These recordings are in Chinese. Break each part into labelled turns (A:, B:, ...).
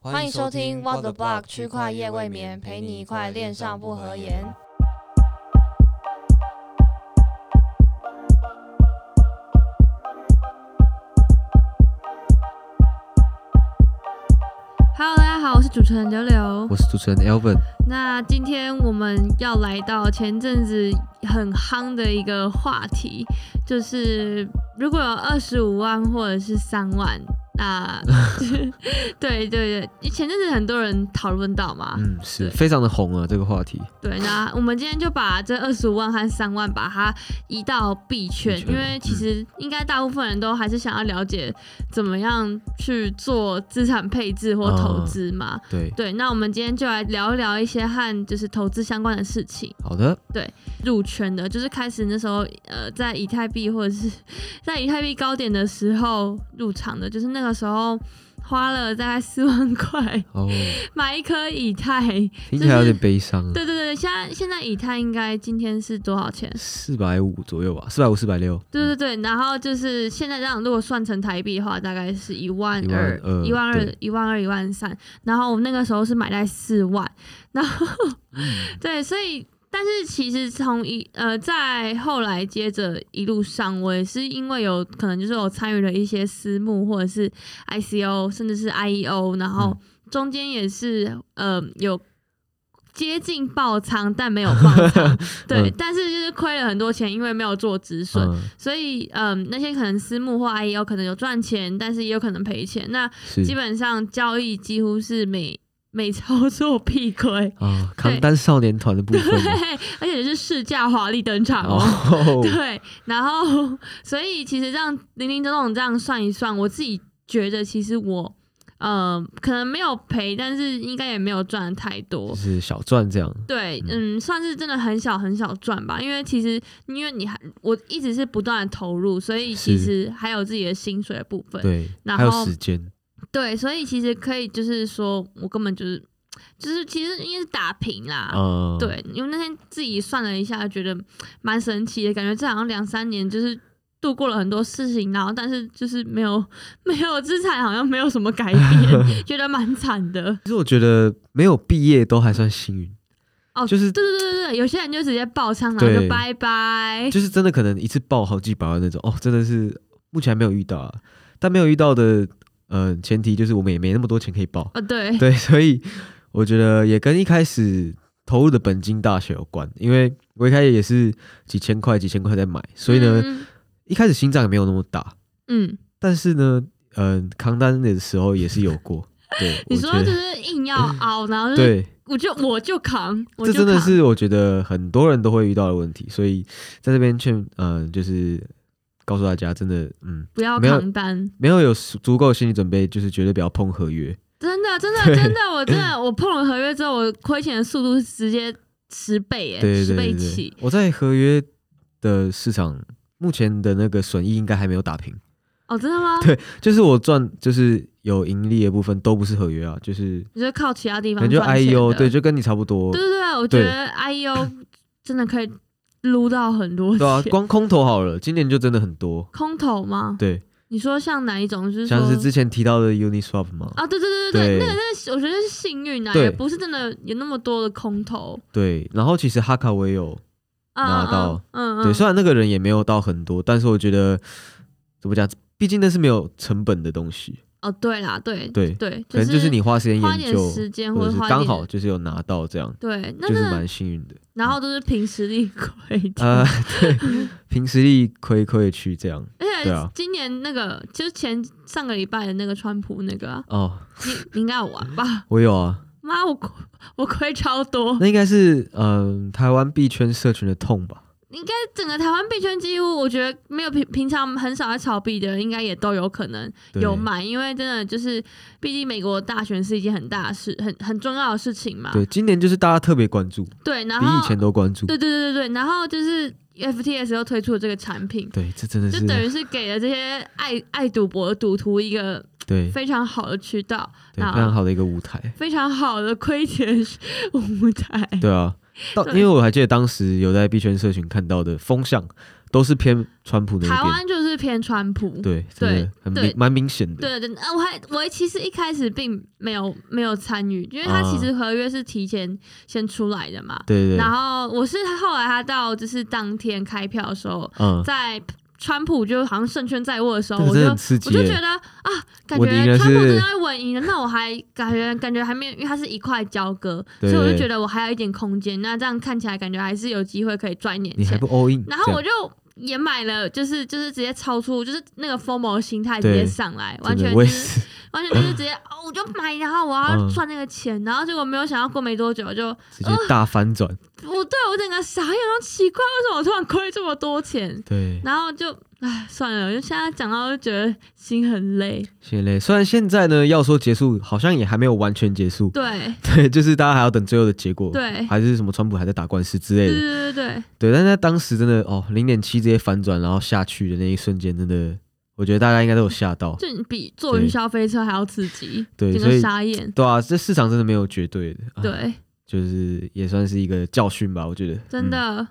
A: 欢迎收听 What the Block 区块夜未眠，陪你一块恋上不合言。。
B: Hello，大家好，我是主持人柳柳
C: 我。是主持人 Elvin，
B: 那今天我们要来到前阵子很夯的一个话题，就是如果有二十五万或者是三万，那 对对对，前阵子很多人讨论到
A: 啊
B: 嘛，
C: 嗯，是
B: 对
C: 非常的红啊这个话题，
B: 对，那我们今天就把这二十五万和三万把它移到币圈，
C: 币圈嗯
B: 因为其实应该大部分人都还是想要了解怎么样去做资产配置
C: 哦
B: 或投资嘛。
C: 对，
B: 对，那我们今天就来聊一聊一些和就是投资相关的事情。
C: 好的，
B: 入圈的，就是开始那时候，呃，在以太币或者是在以太币高点的时候入场的，就是那个时候花了大概四万块
C: 哦，
B: 买一颗以太。
C: 听起来有点悲伤啊，
B: 对对对，现在现在以太应该今天是多少钱？
C: 四百五左右吧，四百五、四百六，嗯
B: 对对对，然后就是现在这样，如果算成台币的话，大概是一万二、
C: 12,000
B: 一万二
C: 对、
B: 一万二、一万三。然后我那个时候是买在四万， 然后、对，所以但是其实从一呃，在后来接着一路上，我也是因为有可能就是我参与了一些私募或者是 ICO，甚至是 IEO，然后中间也是呃有。接近爆仓，但没有爆 仓，对，
C: 嗯
B: 但是就是亏了很多钱，因为没有做止损，
C: 嗯，
B: 所以，嗯，那些可能私募或 IEO 可能有赚钱，但是也有可能赔钱。那
C: 是
B: 基本上交易几乎是每每操作必亏，
C: 啊，扛单少年团的部分
B: 对
C: 吗，
B: 而且是市价华丽登场 哦。
C: 哦，
B: 对，然后所以其实这样零零总总这样算一算，我自己觉得其实我，呃，可能没有赔，但是应该也没有赚得太多
C: 就。是小赚这样，
B: 对，
C: 嗯
B: 嗯，算是真的很小很小赚吧，因为其实因为你还我一直是不断的投入，所以其
C: 是
B: 实还有自己的薪水的部分，
C: 对，
B: 然
C: 还有
B: 后
C: 时间，
B: 对，所以其实可以就是说我根本就是就是其实应该是打平啦。
A: 啊
C: 嗯，
B: 对，因为那天自己算了一下，觉得蛮神奇的，感觉这好像两三年就是度过了很多事情，然后但是就是没有没有资产，好像没有什么 改变，觉得蛮惨的。
C: 其实我觉得没有毕业都还算幸运，
B: 哦
C: 就是
B: 对对对对对，有些人就直接爆仓，然后就
C: 对
B: 拜拜。
C: 就是真的可能一次爆好几百万那种，哦，真的是目前还没有遇到啊，但没有遇到的，嗯，前提就是我们也没那么多钱可以爆，
B: 啊，对，
C: 对，所以我觉得也跟一开始投入的本金大小有关，因为我一开始也是几千块、几千块在买，所以呢，
B: 嗯
C: 一开始心脏也没有那么大，
B: 嗯，
C: 但是呢，嗯、扛单的时候也是有过。对，
B: 你
C: 我
B: 说
C: 觉
B: 就
C: 得
B: 是硬要熬，然后就是
C: 对，
B: 我就我就扛，我
C: 这
B: 就
C: 真的
B: 扛。
C: 是我觉得很多人都会遇到的问题，所以在这边劝，嗯、就是告诉大家，真的，嗯，
B: 不要
C: 没有
B: 扛单，
C: 没有有足够的心理准备，就是绝对不要碰合约。
B: 真的，真的，
C: 对
B: 真的，我 真的，我碰了合约之后，我亏钱的速度是直接十倍耶，
C: 对
B: 十
C: 对
B: 倍
C: 对
B: 起
C: 对，。我在合约的市场目前的那个损益应该还没有打平，
B: 哦，真的吗？
C: 对就是我赚就是有盈利的部分都不是合约啊，就是
B: 你就靠其他地
C: 可
B: 方
C: 能就
B: 赚钱
C: IEO
B: 的
C: E 对，就跟你差不多
B: 对，对对，我觉
C: 对
B: 得 IEO 真的可以撸到很多
C: 对啊，
B: 钱。
C: 光空头好了，今年就真的很多，
B: 空投吗？
C: 对，
B: 你说像哪一种？就是
C: 像是
B: 说
C: 之前提到的 Uniswap 嘛，
B: 啊，对对对
C: 对
B: 对对，那个那个我觉得是幸运啊，
C: 对
B: 也不是真的有那么多的空投。
C: 对，然后其实哈卡我也有，
B: 啊
C: 拿到，
B: 嗯嗯嗯，
C: 对，虽然那个人也没有到很多，但是我觉得怎么讲，毕竟那是没有成本的东西，
B: 哦，对啦，对
C: 对
B: 对，
C: 可能就是你花时间
B: 花一
C: 研
B: 点
C: 究，
B: 时间
C: 或
B: 或
C: 者
B: 者
C: 是
B: 花一
C: 刚
B: 点
C: 好就是有拿到这样，
B: 对，那
C: 就是
B: 那
C: 蛮幸运的。
B: 然后都是凭实力亏 的，
C: 呃，对，凭实力亏亏去这样
B: 而
C: 对
B: 且
C: 啊
B: 今年那个就是前上个礼拜的那个川普那个啊、
C: 哦，
B: 你你应该有玩吧？
C: 我有啊，
B: 妈，我亏我亏超多，
C: 那应该是嗯、台湾币圈社群的痛吧？
B: 整个台湾币圈几乎我觉得没有平平常很少在炒币的人，应该也都有可能
C: 对
B: 有买，因为真的就是，毕竟美国大选是一件很大的事，很很重要的事情嘛。
C: 对，今年就是大家特别关注，比
B: 对，然
C: 以
B: 后
C: 前都关注。
B: 啊对对对对对，然后就是 FTS 又推出了这个产品，
C: 对，这真的
B: 就是等于是给了这些爱爱赌博的赌徒一个
C: 对对
B: 非常好的渠道，
C: 非
B: 那
C: 常好的一个舞 台。
B: 非常好的亏钱舞台。
C: 对啊，到因为我还记得当时有在币圈社群看到的风向都是偏川普那
B: 台
C: 一边，
B: 湾就是就是偏川普。
C: 对，真的很
B: 对
C: 明蛮明显的。
B: 对对，啊，我还我其实一开始并没有没有参与，因为他
C: 啊
B: 其实合约是提前先出来的嘛。
C: 对对对
B: 然，后我是后来他到就是当天开票的时候，
C: 嗯，
B: 在川普就好像胜券在握的时候，
C: 这个
B: 我
C: 真
B: 就
C: 的很刺
B: 我
C: 激
B: 就觉
C: 耶。
B: 得啊，感
C: 稳赢
B: 觉
C: 了
B: 川普
C: 是
B: 真的要稳赢了，那我还感觉感觉还没有，因为它是一块交割，
C: 对
B: 所以我就
C: 对
B: 觉得我还有一点空间。那这样看起来感觉还是有机会可以赚一点
C: 你还
B: 钱。
C: 不 all in？
B: 然后
C: 这
B: 我
C: 样
B: 就也买了，就是就是直接超出，就是那个 FOMO 的心态直接
C: 对
B: 上来，完
C: 真
B: 全
C: 的我
B: 就
C: 也
B: 是
C: 是，
B: 完全就是直接哦，我就买，然后我要
C: 嗯
B: 赚那个钱，然后结果没有想到过没多久就
C: 直接大反
B: 哦
C: 转。
B: 我对我整个傻眼，然后奇怪为什么我突然亏这么多钱，
C: 对，
B: 然后就唉算了，就现在讲到就觉得心很累，
C: 现在虽然现在呢，要说结束，好像也还没有完全结束。
B: 对。
C: 对，就是大家还要等最后的结果，
B: 对嗯
C: 还是什么川普还在打官司之类
B: 对
C: 的，
B: 对对对，
C: 对。但是在当时真的哦，零点七直接反转，然后下去的那一瞬间，真的，我觉得大家应该都有吓到，
B: 就你比坐云霄飞车还要刺激，
C: 对
B: 整
C: 所
B: 个
C: 以
B: 傻眼，
C: 对啊，这市场真的没有绝对的，啊，
B: 对，
C: 就是也算是一个教训吧，我觉得
B: 真、
C: 嗯
B: 的。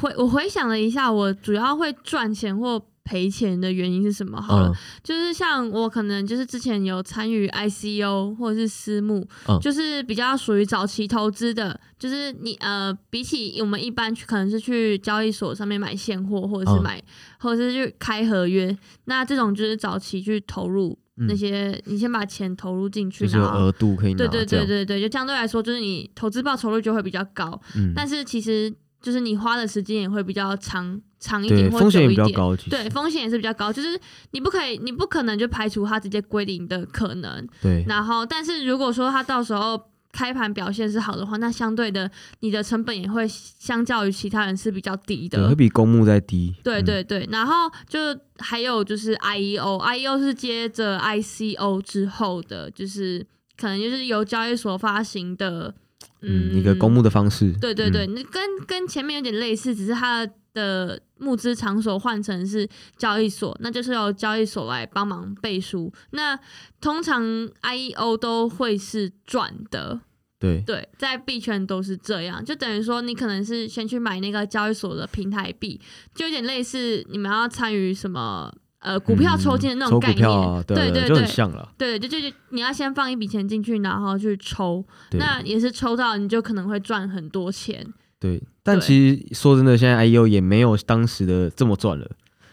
B: 回我回想了一下，我主要会赚钱或赔钱的原因是什么？好了，
C: 嗯，
B: 就是像我可能就是之前有参与 ICO 或者是私募，
C: 嗯
B: 就是比较属于早期投资的，就是你呃，比起我们一般去可能是去交易所上面买现货，或者是
C: 嗯
B: 买，或者是去开合约，那这种就是早期去投入
C: 嗯
B: 那些，你先把钱投入进去，
C: 就是有
B: 然后
C: 额度可以拿，
B: 对对
C: 这
B: 对
C: 样，
B: 对对，就相对来说就是你投资报酬率就会比较高，
C: 嗯，
B: 但是其实就是你花的时间也会比较长长一
C: 对
B: 点，或
C: 风
B: 久
C: 险也
B: 一
C: 比较
B: 点
C: 高，其实
B: 对，风险也是比较高，就是你不可以，你不可能就排除它直接归零的可能。
C: 对
B: 然后，但是如果说它到时候开盘表现是好的话，那相对的你的成本也会相较于其他人是比较低
C: 对，会
B: 的。
C: 比公募再低，
B: 对
C: 嗯
B: 对对，然后就还有就是 E IEO，IEO 是接着 ICO 之后的，就是可能就是由交易所发行的，
C: 嗯，一个公募的方式，
B: 对对对，
C: 嗯，
B: 那、跟跟前面有点类似，只是它的募资场所换成是交易所，那就是由交易所来帮忙背书。那通常 IEO 都会是赚的，
C: 对
B: 对，在币圈都是这样，就等于说你可能是先去买那个交易所的平台币，就有点类似你们要参与什么。呃，股票抽筋的那种
C: 嗯抽
B: 概
C: 股
B: 念，
C: 票啊，
B: 对
C: 对
B: 对
C: 就很
B: 对
C: 像了，
B: 对，就就就你要先放一笔钱进去，然后去抽，
C: 对
B: 那也是抽到你就可能会赚很多钱，
C: 对，但
B: 对
C: 其实说真的，现在 I E O 也没有当时的这么赚了，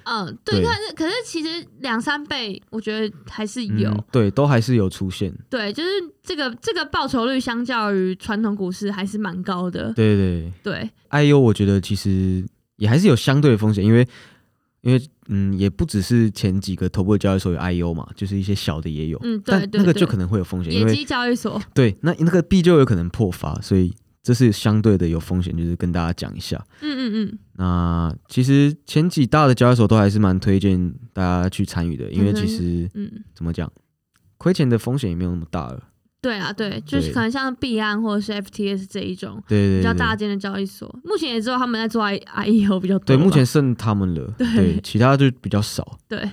B: 嗯，对，
C: 对
B: 可是可是其实两三倍，我觉得还是有。
C: 嗯对，都还是有出现，
B: 对，就是这个这个报酬率相较于传统股市还是蛮高的。
C: 对对
B: 对
C: ，I E O 我觉得其实也还是有相对的风险，因为因为嗯，也不只是前几个头部的交易所有 I E O 嘛，就是一些小的也有，
B: 嗯，对
C: 但
B: 对对，
C: 那个就可能会有风险，
B: 野
C: 因为
B: 鸡交易所，
C: 对，那那个币就有可能破发，所以这是相对的有风险，就是跟大家讲一下。
B: 嗯嗯
C: 那其实前几大的交易所都还是蛮推荐大家去参与的，因为
B: 嗯哼
C: 其实
B: 嗯嗯，
C: 怎么讲，亏钱的风险也没有那么大了。
B: 对啊，对，就是
C: 对
B: 可能像币安或者是 FTS 这一种
C: 对对
B: 比
C: 对，
B: 较大间的交易所，目前也只有他们在做 I IEO 比较多吧。
C: 对，目前剩他们了，
B: 对
C: 其他就比较少，
B: 对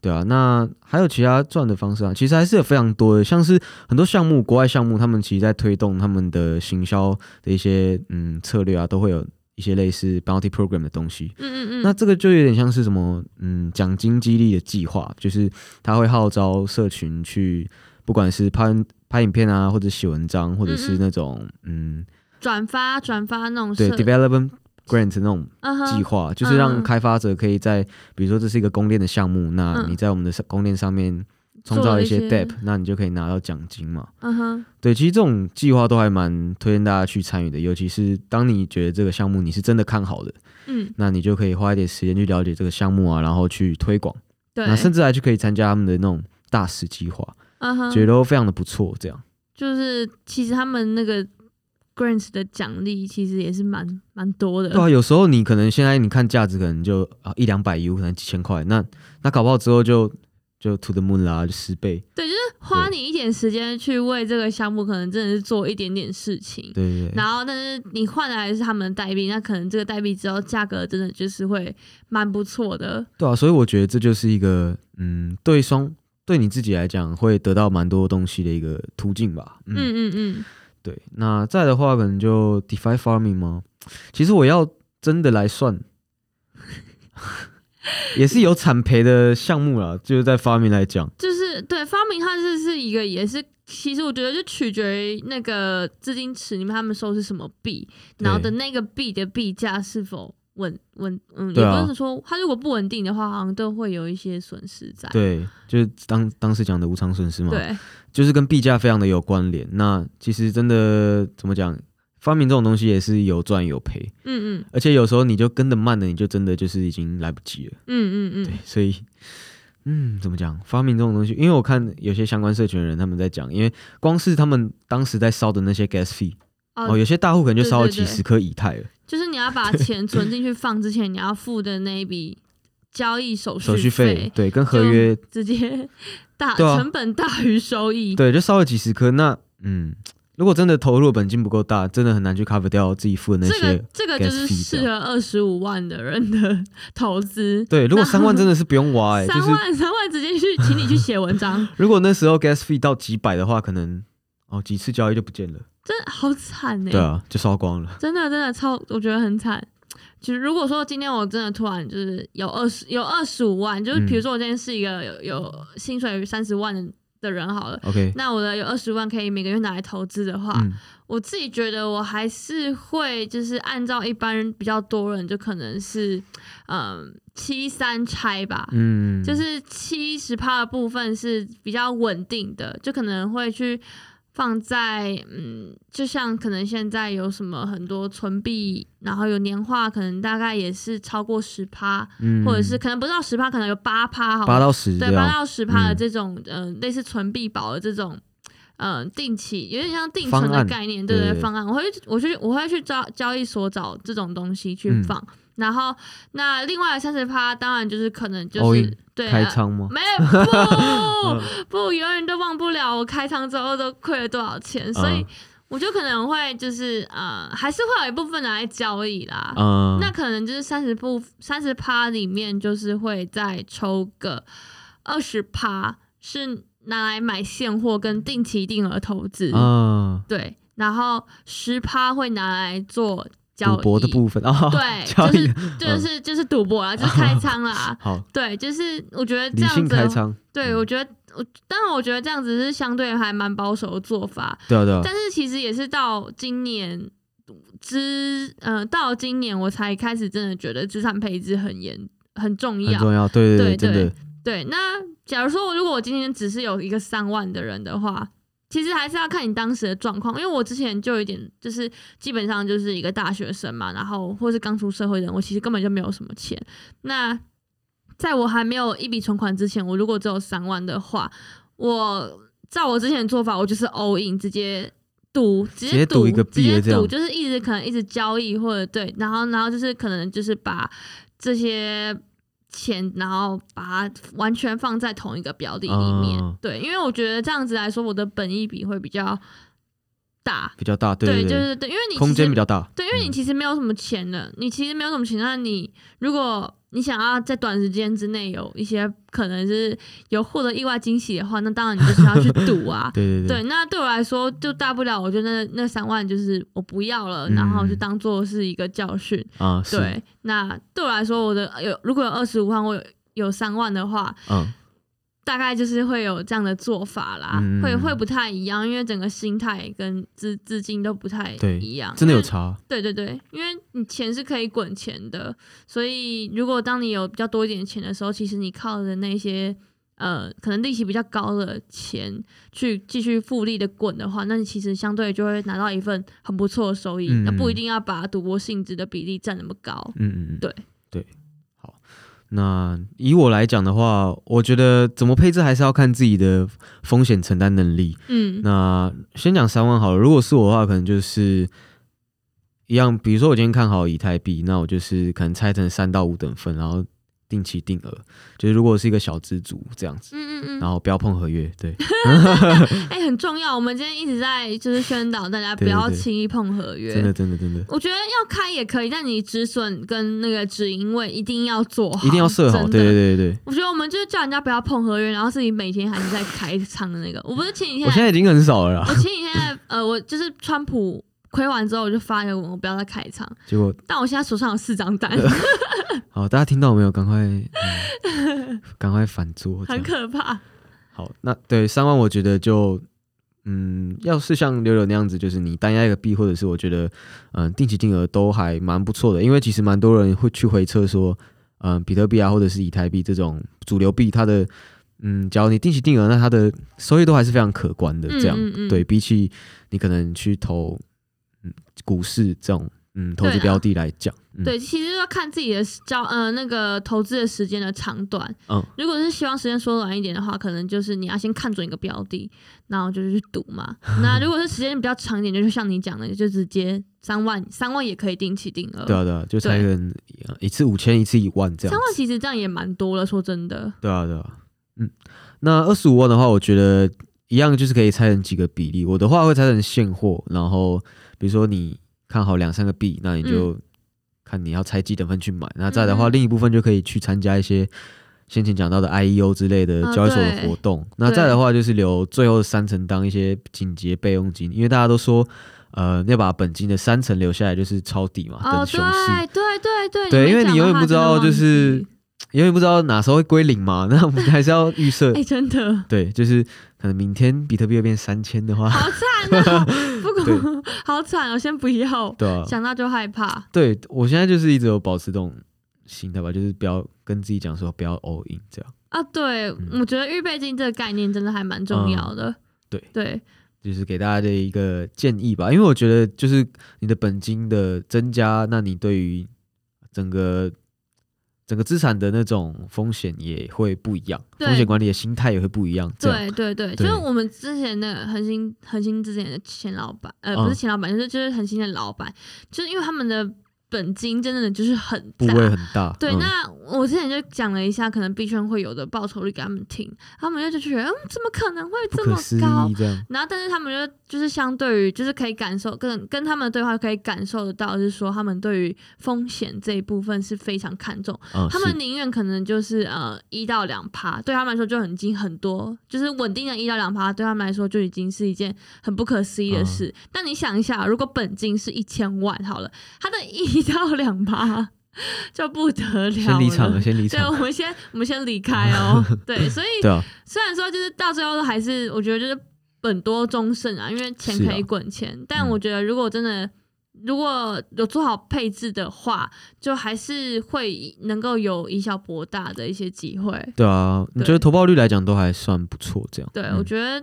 C: 对啊。那还有其他赚的方式啊，其实还是有非常多的，像是很多项目，国外项目，他们其实在推动他们的行销的一些嗯策略啊，都会有一些类似 bounty program 的东西。
B: 嗯嗯嗯，
C: 那这个就有点像是什么，嗯，奖金激励的计划，就是他会号召社群去，不管是拍拍影片啊，或者写文章，或者
B: 嗯
C: 是那种，嗯，
B: 转发转发那种
C: 对
B: 社
C: ，development grant 那种
B: 嗯
C: 计
B: 哼，
C: 划，就是让开发者可以在，比如说这是一个供电的项目，那
B: 嗯
C: 你在我们的供电上面创
B: 做
C: 造
B: 了
C: 一
B: 一
C: 些
B: 些
C: DApp，那你就可以拿到奖金嘛。
B: 嗯哼，
C: 对，其实这种计划都还蛮推荐大家去参与的，尤其是当你觉得这个项目你是真的看好的，
B: 嗯，
C: 那你就可以花一点时间去了解这个项目啊，然后去推广，
B: 对，
C: 那甚至还去可以参加他们的那种大使计划，
B: 嗯哼，
C: 觉得都非常的不错。这样，
B: 就是其实他们那个 grants 的奖励其实也是蛮蛮多的。
C: 对啊，有时候你可能现在你看价值可能就啊一两百 U，可能几千块，那那搞不好之后就就 to the moon 啦，就十倍。
B: 对就是花你一点时间去为这个项目，可能真的是做一点点事情。
C: 对对对
B: 然后，但是你换来的是他们的代币，那可能这个代币之后价格真的就是会蛮不错的。
C: 对啊，所以我觉得这就是一个嗯，对双对你自己来讲会得到蛮多东西的一个途径吧。嗯，
B: 嗯嗯嗯，
C: 对。那再的话，可能就 DeFi farming 吗？其实我要真的来算，也是有产培的项目啦，就是在发明来讲，
B: 就是对发明，它是是一个也是，其实我觉得就取决于那个资金池里面他们收是什么币，
C: 对
B: 然后的那个币的币价是否稳稳，嗯，
C: 对啊
B: 也不是说它如果不稳定的话，好像都会有一些损失在。
C: 对，就是当当时讲的无偿损失嘛，
B: 对
C: 就是跟币价非常的有关联。那其实真的怎么讲，发明这种东西也是有赚有赔，
B: 嗯嗯
C: 而且有时候你就跟的慢了，你就真的就是已经来不及了。
B: 嗯嗯
C: 对
B: 嗯，，
C: 所以，嗯，怎么讲？发明这种东西，因为我看有些相关社群的人他们在讲，因为光是他们当时在烧的那些 gas fee，哦，
B: 哦，
C: 有些大户可能就烧了
B: 对对
C: 几
B: 对
C: 十颗以太了，
B: 就是你要把钱存进去放之前，你要付的那一笔交易手
C: 手续
B: 续
C: 费，对，跟合约，
B: 直接大
C: 对啊
B: 成本大于收益。
C: 对，就烧了几十颗。那，嗯，如果真的投入的本金不够大，真的很难去 cover 掉自己付的那
B: 这
C: 些。
B: 个这个就是
C: gas fee
B: 适合二十五万的人的 投资。
C: 对，如果
B: 那
C: 三万真的是不用 挖、欸，就
B: 三
C: 是
B: 万，三万直接去，请你去写文 章，
C: 如果那时候 gas fee 到几百的话，可能哦几次交易就不见了，
B: 真的好惨呢、
C: 对啊，就烧光了。
B: 真的真的超，我觉得很惨。就是如果说今天我真的突然就是有二十有二十五万，就是
C: 嗯
B: 比如说我今天是一个有有薪水三十万的的人好了，
C: OK，
B: 那我的有二十万可以每个月拿来投资的话，
C: 嗯，
B: 我自己觉得我还是会就是按照一般人比较多人，就可能是嗯七三拆吧，
C: 嗯，
B: 就是七十趴的部分是比较稳定的，就可能会去放在嗯，就像可能现在有什么很多存币，然后有年化，可能大概也是超过十趴，
C: 嗯
B: 或者是可能不到十趴，可能有八趴，好
C: 八
B: 了，
C: 到十这
B: 对，八
C: 样，
B: 到十啊趴的
C: 啊嗯
B: 这种呃类似存币宝的这种。呃，定期有点像定
C: 方
B: 存的
C: 案
B: 概念，对
C: 对
B: 对
C: 对
B: 方案，我会我去我会去找交易所找这种东西去
C: 嗯
B: 放，然后那另外三十趴当然就是可能就
C: All
B: 是
C: in，
B: 对
C: 开
B: 呃
C: 仓吗？嗯
B: 没 不不，永远都忘不了我开仓之后都亏了多少钱，所以
C: 嗯
B: 我就可能会就是呃，还是会有一部分拿来交易啦。
C: 嗯，
B: 那可能就是三十部三十趴里面，就是会再抽个二十趴是拿来买现货跟定期定额投资，
C: 啊，
B: 对，然后十趴会拿来做交
C: 赌
B: 易
C: 博的部分啊，
B: 对，
C: 交
B: 就
C: 易。
B: 是就是就是赌博啦，就是开仓啦
C: 好，
B: 对，就是我觉得这
C: 理
B: 样
C: 性
B: 子
C: 开
B: 的
C: 仓，
B: 对，
C: 嗯
B: 我觉得我，当然我觉得这样子是相对还蛮保守的做法，
C: 对啊对啊，
B: 但是其实也是到今年资，呃，到今年我才开始真的觉得资产配置很严很重
C: 很
B: 要。
C: 重要，对
B: 哦对
C: 对，真的，
B: 对，那假如说我如果我今天只是有一个三万的人的话，其实还是要看你当时的状况，因为我之前就有一点就是基本上就是一个大学生嘛，然后或是刚出社会的人，我其实根本就没有什么钱。那在我还没有一笔存款之前，我如果只有三万的话，我照我之前的做法，我就是 all in 直接。赌
C: 直
B: 直接
C: 接
B: 赌
C: 赌一个
B: 直
C: 币
B: 接
C: 了这样
B: 赌就是一直可能一直交易或者对，然后然后就是可能就是把这些钱，然后把它完全放在同一个标的里面。
C: 啊
B: 对，因为我觉得这样子来说，我的本益比会比较大。
C: 比较大，对
B: 就
C: 对，
B: 是对，因为你
C: 空
B: 其
C: 间
B: 实
C: 比较大，
B: 对，因为你
C: 嗯。
B: 其实没有什么钱了，你其实没有什么钱，那你如果你想要在短时间之内有一些可能是有获得意外惊喜的话，那当然你就是要去赌啊
C: 对对
B: 对，，那对我来说就大不了，我就那那三万就是我不要了，然后就
C: 嗯
B: 当做是一个教训。
C: 啊是，
B: 对，那对我来说，我的有如果有二十五万，我有有三万的话，
C: 嗯，
B: 大概就是会有这样的做法啦，
C: 嗯
B: 会会不太一样，因为整个心态跟资资金都不太
C: 对
B: 一样，
C: 真的有
B: 因为
C: 差，
B: 对对对，因为你钱是可以滚钱的，所以如果当你有比较多一点钱的时候，其实你靠的那些呃可能利息比较高的钱去继续复利的滚的话，那你其实相对就会拿到一份很不错的收益，那不一
C: 嗯
B: 定要把赌博性质的比例占那么高。
C: 嗯嗯嗯，
B: 对
C: 对，好。那以我来讲的话，我觉得怎么配置还是要看自己的风险承担能力。
B: 嗯
C: 那先讲三万好了，如果是我的话，可能就是一样，比如说我今天看好以太币，那我就是可能拆成三到五等份，然后定期定额，就是如果是一个小资族这样子，
B: 嗯嗯嗯
C: 然，后不要碰合约，对，
B: 哎、很重要。我们今天一直在就是宣导大家不
C: 对对
B: 要
C: 对
B: 轻易碰合约。
C: 真的真的真的，
B: 我觉得要开也可以，但你止损跟那个止盈位一定要做好，
C: 一定要设好，
B: 真的
C: 对。对对对。
B: 我觉得我们就是叫人家不要碰合约，然后自己每天还是在开仓的那个。我不是前几天
C: 我现在已经很少了啦，
B: 我前几天呃，我就是川普亏完之后，我就发一个文，我不要再开仓。
C: 结果
B: 但我现在手上有四张单，
C: 好，大家听到没有？赶快， 嗯赶、快反做。这
B: 很
C: 样
B: 可怕。
C: 好，那对三万，我觉得就嗯，要是像溜溜那样子，就是你单押一个币，或者是我觉得嗯、定期定额都还蛮不错的，因为其实蛮多人会去回测说，嗯、比特币啊，或者是以太币这种主流币，它的嗯，假如你定期定额，那它的收益都还是非常可观的。
B: 嗯
C: 这样、
B: 嗯嗯
C: 对比起你可能去投嗯股市这种嗯投
B: 对
C: 资
B: 啦
C: 标的来讲，嗯、
B: 对，其实要看自己的交呃那个投资的时间的长短。
C: 嗯，
B: 如果是希望时间缩短一点的话，可能就是你要先看准一个标的，然后就是去赌 嘛。那如果是时间比较长一点，就是像你讲的，就直接三万，三万也可以定期定额。
C: 对啊对啊，就才
B: 对
C: 能一次五千，一次一万这样
B: 三
C: 子。
B: 万其实这样也蛮多了，说真的。
C: 对啊，对啊，嗯，那二十五万的话，我觉得一样就是可以拆成几个比例。我的话会拆成现货，然后比如说你看好两三个币，那你就看你要拆几等份去买。那再来的话，
B: 嗯
C: 另一部分就可以去参加一些先前讲到的 IEO 之类的
B: 啊
C: 交易所的
B: 对
C: 活动。那再来的话，就是留最后三成当一些紧急备用金，因为大家都说。呃，要把本金的三成留下来，就是抄底嘛，
B: 哦，
C: 等
B: 对
C: 啊熊市
B: 对对对
C: 对
B: 没
C: 因为
B: 讲
C: 你
B: 的
C: 永远
B: 话
C: 不知
B: 真的
C: 道
B: 忘
C: 就是
B: 记
C: 因为不知道哪时候会归零嘛，那我们还是要预设
B: 哎、真的
C: 对，就是可能明天比特币又变三千的话，
B: 好 惨哦，不过好惨哦，先不要，
C: 对啊，
B: 想到就害怕。
C: 对我现在就是一直有保持这种心态吧，就是不要跟自己讲说不要 all in 这样，
B: 啊，对，
C: 嗯
B: 我觉得预备金这个概念真的还蛮重要的。
C: 对
B: 对，
C: 就是给大家的一个建议吧。因为我觉得就是你的本金的增加，那你对于整个整个资产的那种风险也会不一样，
B: 对
C: 风险管理的心态也会不一样，这样
B: 对，对，对，
C: 对
B: 就是我们之前的恒星，恒星之前的前老板，呃，
C: 嗯
B: 不是前老板，就是就是恒星的老板，就是因为他们的本金真的就是很
C: 部
B: 大。
C: 位很大。
B: 对，
C: 嗯
B: 那我之前就讲了一下，可能币圈会有的报酬率给他们听，他们就就觉得，嗯，怎么可能会
C: 不
B: 这
C: 可
B: 么
C: 思
B: 高
C: 议？这样，
B: 然后，但是他们就就是相对于，就是可以感受跟跟他们的对话可以感受得到，就是说他们对于风险这一部分是非常看重，
C: 嗯，
B: 他
C: 是
B: 们宁愿可能就是呃一到两趴，对他们来说就已经很多，就是稳定的一到两趴，对他们来说就已经是一件很不可思议
C: 嗯
B: 的事。但你想一下，如果本金是一千万好了，他的一到两趴 就不得了
C: 先离场了，
B: 了
C: 先离
B: 对，
C: 场
B: 我，们先我们先离开 哦。对，所以
C: 对啊，
B: 虽然说就是到最后都还是，我觉得就是本多终胜啊，因为钱
C: 是啊
B: 可以滚钱，但
C: 嗯
B: 我觉得如果真的。如果有做好配置的话，就还是会能够有以小博大的一些机会。
C: 对啊，你
B: 对
C: 觉得投报率来讲都还算不错，这样。
B: 对、
C: 嗯
B: 我觉得，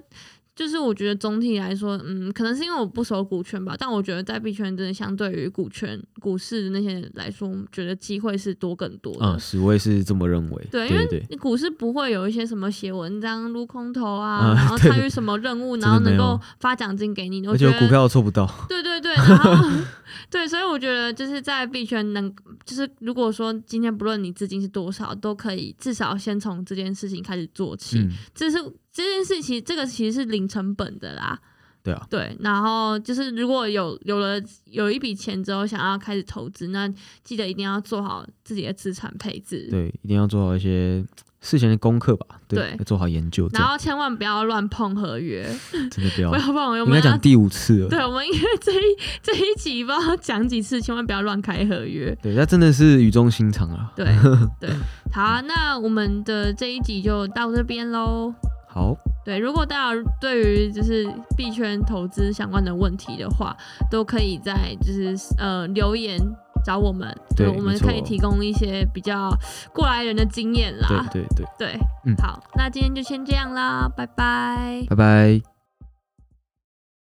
B: 就是我觉得总体来说，嗯，可能是因为我不熟股权吧，但我觉得在币圈真的相对于股权、股市的那些来说，我觉得机会是多更多的。
C: 嗯，是，我也是这么认为。
B: 对，因
C: 对
B: 为
C: 对，
B: 你股市不会有一些什么写文章、撸空头
C: 啊
B: 啊，然后
C: 对
B: 参与什么任务，
C: 真的
B: 然后能
C: 没有
B: 够发奖金给你。我
C: 而且
B: 觉
C: 我
B: 得
C: 股票做不到。
B: 对对对，然 后对，所以我觉得就是在币圈能，就是如果说今天不论你资金是多少，都可以至少先从这件事情开始做起。
C: 嗯，
B: 这是这件事情，这个其实是零成本的啦。
C: 对啊，
B: 对，然后就是如果有有了有一笔钱之后想要开始投资，那记得一定要做好自己的资产配置。
C: 对，一定要做好一些事前的功课吧。对
B: 对，
C: 要做好研究，这
B: 然
C: 样
B: 后千万不要乱碰合约，
C: 真的不要
B: 不。要 碰。我
C: 哦应
B: 们
C: 该
B: 要
C: 讲第五次了。
B: 对，我们因为这一 这一集不知道讲几次，千万不要乱开合约。
C: 对，那真的是语重心长啊。
B: 对 对，好，那我们的这一集就到这边喽。
C: 好，
B: 对，如果大家对于就是币圈投资相关的问题的话，都可以在就是呃留言找我们，
C: 对
B: 我们
C: 没错
B: 可以提供一些比较过来人的经验
C: 对
B: 啦。
C: 对对，
B: 对，
C: 嗯
B: 好，那今天就先这样啦，拜拜。
C: 拜拜。